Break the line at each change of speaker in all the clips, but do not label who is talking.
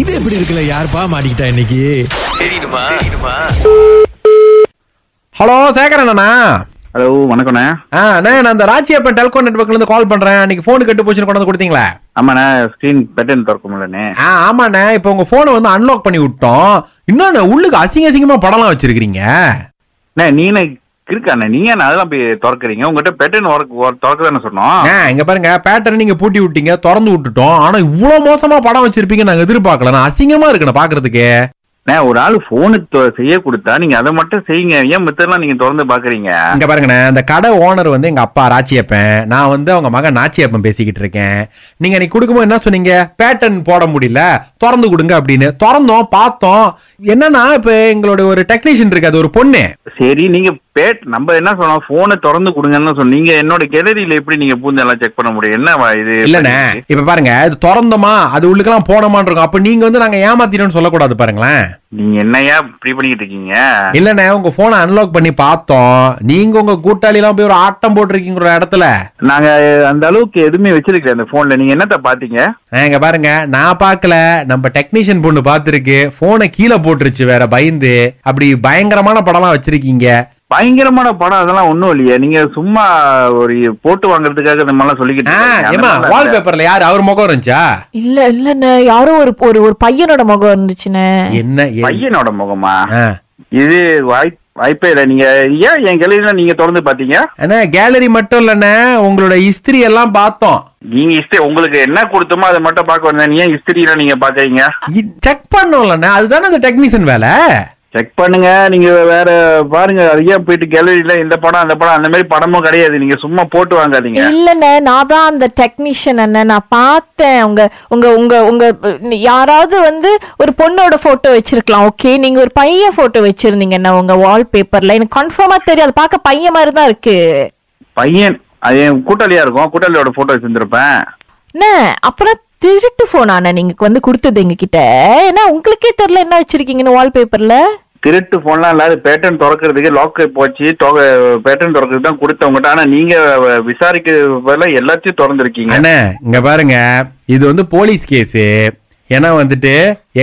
இது எப்படி இருக்குல்ல யாருப்பா மாட்டிக்கிட்டா இன்னைக்கு
ஹலோ சேகரன் அண்ணா
ஹலோ வணக்கண்ணே
ஆ அண்ணா நான் இந்த ராச்சியப்பன் டெல்கோன் நெட்ஒர்க்லேருந்து கால் பண்ணுறேன் அன்னைக்கு ஃபோன் கெட்டு போச்சுன்னு கொண்டு வந்து கொடுத்தீங்களே
ஆமாண்ணே ஸ்க்ரீன் பேட்டர்ன் திறக்கும்லண்ணே
ஆ ஆமாண்ணே இப்போ உங்கள் ஃபோனை வந்து அன்லாக் பண்ணி விட்டோம் இன்னொன்று உள்ளுக்கு அசிங்க அசிங்கமாக படம்லாம் வச்சிருக்கிறீங்க
அண்ணே நீ என்ன இருக்காண்ணே நீ என்ன அதெல்லாம் போய் திறக்கிறீங்க உங்ககிட்ட பேட்டர்ன் ஒர்க் திறக்க தானே சொன்னோம்
ஆ இங்கே பாருங்க பேட்டர்ன் நீங்கள் பூட்டி விட்டீங்க திறந்து விட்டுட்டோம் ஆனால் இவ்வளோ மோசமாக படம் வச்சிருப்பீங்க நாங்கள் எதிர்பார்க்கல நான் அசிங்கமாக இருக்கணும் பார்க்கறதுக்கு
அண்ணே ஒரு ஆள் ஃபோனுக்கு செய்ய கொடுத்தா நீங்க அதை மட்டும் செய்யுங்க ஏன் மித்தெல்லாம் நீங்க திறந்து பாக்குறீங்க
இங்க பாருங்கண்ணே அந்த கடை ஓனர் வந்து எங்க அப்பா ராச்சியப்பன் நான் வந்து அவங்க மகன் நாச்சியப்பன் பேசிக்கிட்டு இருக்கேன் நீங்க நீ கொடுக்கும்போது என்ன சொன்னீங்க பேட்டர்ன் போட முடியல திறந்து கொடுங்க அப்படின்னு திறந்தோம் பார்த்தோம் என்னன்னா இப்ப எங்களோட ஒரு டெக்னீஷியன் இருக்கு அது ஒரு பொண்ணு
சரி நீங்க பேட் நம்ம என்ன சொன்னோம் போனை திறந்து கொடுங்கன்னு சொன்னோம் நீங்க என்னோட கேலரியில எப்படி நீங்க பூந்து எல்லாம் செக் பண்ண முடியும் என்ன வா இது
இல்லண்ணே இப்ப பாருங்க இது திறந்தோமா அது உள்ளுக்கெல்லாம் போனோமான்னு இருக்கும் அப்ப நீங்க வந்து நாங்க ஏமாத்திட்டோம்னு சொல்லக்கூடாது பாருங்களேன்
நீங்க என்னையா இப்படி பண்ணிக்கிட்டு இருக்கீங்க
இல்லண்ணே உங்க போனை அன்லாக் பண்ணி பார்த்தோம் நீங்க உங்க கூட்டாளி எல்லாம் போய் ஒரு ஆட்டம் போட்டிருக்கீங்க ஒரு இடத்துல
நாங்க அந்த அளவுக்கு எதுவுமே வச்சிருக்கல அந்த போன்ல நீங்க என்னத்த பாத்தீங்க
ஆ, இங்க பாருங்க நான் பார்க்கல நம்ம டெக்னீஷியன் பொண்ணு பார்த்துருக்கு போனை கீழே போட்டுருச்சு வேற பயந்து அப்படி பயங்கரமான படம்லாம் வச்சிருக்கீங்க
பயங்கரமான படம் அதெல்லாம் ஒண்ணும் இல்லையே நீங்க சும்மா ஒரு போட்டு வாங்குறதுக்காக இந்த மாதிரிலாம் சொல்லிக்கிட்டு
ஆ,
இருக்கீங்க. அந்த
ஏம்மா
மாதிரிலாம் இல்ல.
வால்பேப்பர்ல யார் அவர் முகம் இருந்துச்சா
இல்ல இல்லண்ணே யாரோ ஒரு ஒரு ஒரு பையனோட முகம் இருந்துச்சுண்ணே
என்ன ஏ-
பையனோட முகமா
ஆ.
இது வாய்ப்- வாய்ப்பே இல்ல நீங்க ஏன் என் கேள்வியில நீங்க தொடர்ந்து பாத்தீங்க
அண்ணா கேலரி மட்டும் இல்லண்ணே உங்களோட ஹிஸ்டரி எல்லாம் பார்த்தோம்
நீங்க இஸ்திரி உங்களுக்கு என்ன கொடுத்தோமோ அதை மட்டும் பார்க்க வந்தேன் நீ ஏன் இஸ்திரியில நீங்க பாக்குறீங்க
செக் பண்ணோம்லண்ணே அதுதானே அந்த டெக்னீஷியன் வேலை
செக் பண்ணுங்க நீங்க வேற பாருங்க அது ஏன் போயிட்டு கேலரியில இந்த படம் அந்த படம் அந்த மாதிரி படமும் கிடையாது நீங்க சும்மா போட்டு வாங்காதீங்க
இல்லண்ணே நான் தான் அந்த டெக்னீஷியன் அண்ணன் நான் பார்த்தேன் உங்க உங்க உங்க உங்க யாராவது வந்து ஒரு பொண்ணோட போட்டோ வச்சிருக்கலாம் ஓகே நீங்க ஒரு பையன் போட்டோ வச்சிருந்தீங்கண்ணா உங்க வால்பேப்பர்ல எனக்கு கன்ஃபார்மா தெரியும் அது பார்க்க பையன் மாதிரி தான் இருக்கு
பையன் அது என் கூட்டாளியா இருக்கும் கூட்டாளியோட போட்டோ வச்சிருந்திருப்பேன்
என்ன அப்புறம் திருட்டு போனா நீங்க வந்து கொடுத்தது எங்ககிட்ட ஏன்னா உங்களுக்கே தெரியல என்ன வச்சிருக்கீங்கன்னு வால்பேப்பர்ல
திருட்டு போன்லாம் இல்லாத பேட்டர்ன் திறக்கிறதுக்கு லாக் போச்சு பேட்டர்ன் திறக்கிறது தான் கொடுத்தவங்கட்ட ஆனா நீங்க விசாரிக்க பதிலா எல்லாத்தையும் திறந்துருக்கீங்க
அண்ணே இங்க பாருங்க இது வந்து போலீஸ் கேஸ் ஏன்னா வந்துட்டு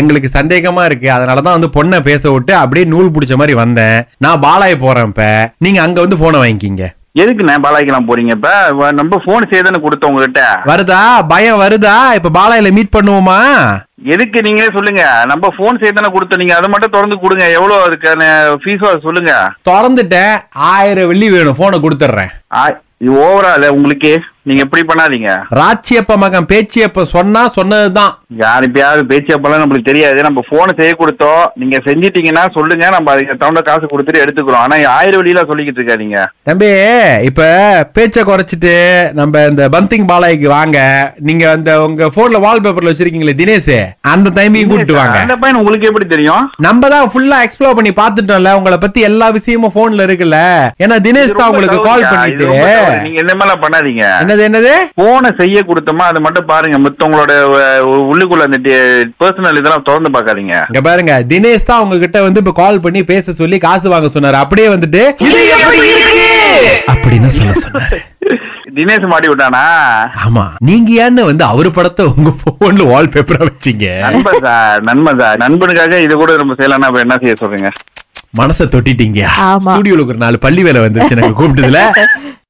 எங்களுக்கு சந்தேகமா இருக்கு அதனாலதான் வந்து பொண்ணை பேச விட்டு அப்படியே நூல் பிடிச்ச மாதிரி வந்தேன் நான் பாலாய போறேன் இப்ப நீங்க அங்க வந்து போனை வாங்கிக்கிங்க
எதுக்கு நான் பாலாய்க்கலாம் போறீங்க இப்ப வ- நம்ம போன் செய்தானே கொடுத்தவங்க கிட்ட
வருதா பயம் வருதா இப்ப பாலாயில மீட் பண்ணுவோமா
எதுக்கு நீங்களே சொல்லுங்க நம்ம போன் செய்தானே கொடுத்த நீங்க அதை மட்டும் திறந்து கொடுங்க எவ்வளவு அதுக்கான ஃபீஸோ சொல்லுங்க
திறந்துட்டேன் ஆயிரம் வெள்ளி வேணும் போனை கொடுத்துட்றேன்
ஆ- இது ஓவரா இல்ல உங்களுக்கு நீங்க எப்படி பண்ணாதீங்க
ராச்சியப்ப மகன் பேச்சியப்ப சொன்னா சொன்னதுதான்
யார் இப்பயாவது பேச்சு அப்பெல்லாம் நம்மளுக்கு தெரியாது நம்ம போனை செய்ய கொடுத்தோம் நீங்க செஞ்சிட்டீங்கன்னா சொல்லுங்க நம்ம அதுக்கு தகுந்த காசு கொடுத்துட்டு எடுத்துக்கிறோம் ஆனா ஆயிரம் வழியில சொல்லிக்கிட்டு இருக்காதீங்க
தம்பி இப்ப பேச்சை குறைச்சிட்டு நம்ம இந்த பந்திங் பாலாய்க்கு வாங்க நீங்க அந்த உங்க போன்ல வால்பேப்பர்ல வச்சிருக்கீங்களே தினேஷ் அந்த டைமையும் கூப்பிட்டு வாங்க
அந்த பையன் உங்களுக்கு எப்படி தெரியும்
நம்ம தான் ஃபுல்லா எக்ஸ்ப்ளோர் பண்ணி பார்த்துட்டோம்ல உங்களை பத்தி எல்லா விஷயமும் போன்ல இருக்குல்ல ஏன்னா
இது
தினேஷ் தான்
ரொம்ப
உங்களுக்கு கால்
தவறுயா, இது
பண்ணிட்டு
ரொம்ப தவறு. நீங்க என்ன மாதிரிலாம் பண்ணாதீங்க
என்னது என்னது
போனை செய்ய கொடுத்தோமா அதை மட்டும் பாருங்க மத்தவங்களோட அஹ், உள்ளுக்குள்ள அந்த பர்சனல் இதெல்லாம் திறந்து பார்க்காதீங்க
இங்க பாருங்க தினேஷ் தான் உங்ககிட்ட வந்து இப்ப கால் பண்ணி பேச சொல்லி காசு வாங்க சொன்னாரு அப்படியே வந்துட்டு அப்படின்னு சொல்ல சொன்னாரு
தினேஷ் மாட்டி விட்டானா
ஆமா நீங்க ஏன்னு வந்து அவரு படத்தை உங்க போன்ல வால்பேப்பரா வச்சீங்க
நண்பன் சார் நண்பன் சார் நண்பனுக்காக இது கூட நம்ம செய்யலாம் அப்ப என்ன செய்ய சொல்றீங்க
மனச தொட்டிட்டீங்க
ஆமா.
ஸ்டுடியோல ஒரு நாலு பள்ளி வேலை வந்துச்சு எனக்கு கூப்பிட்டதுல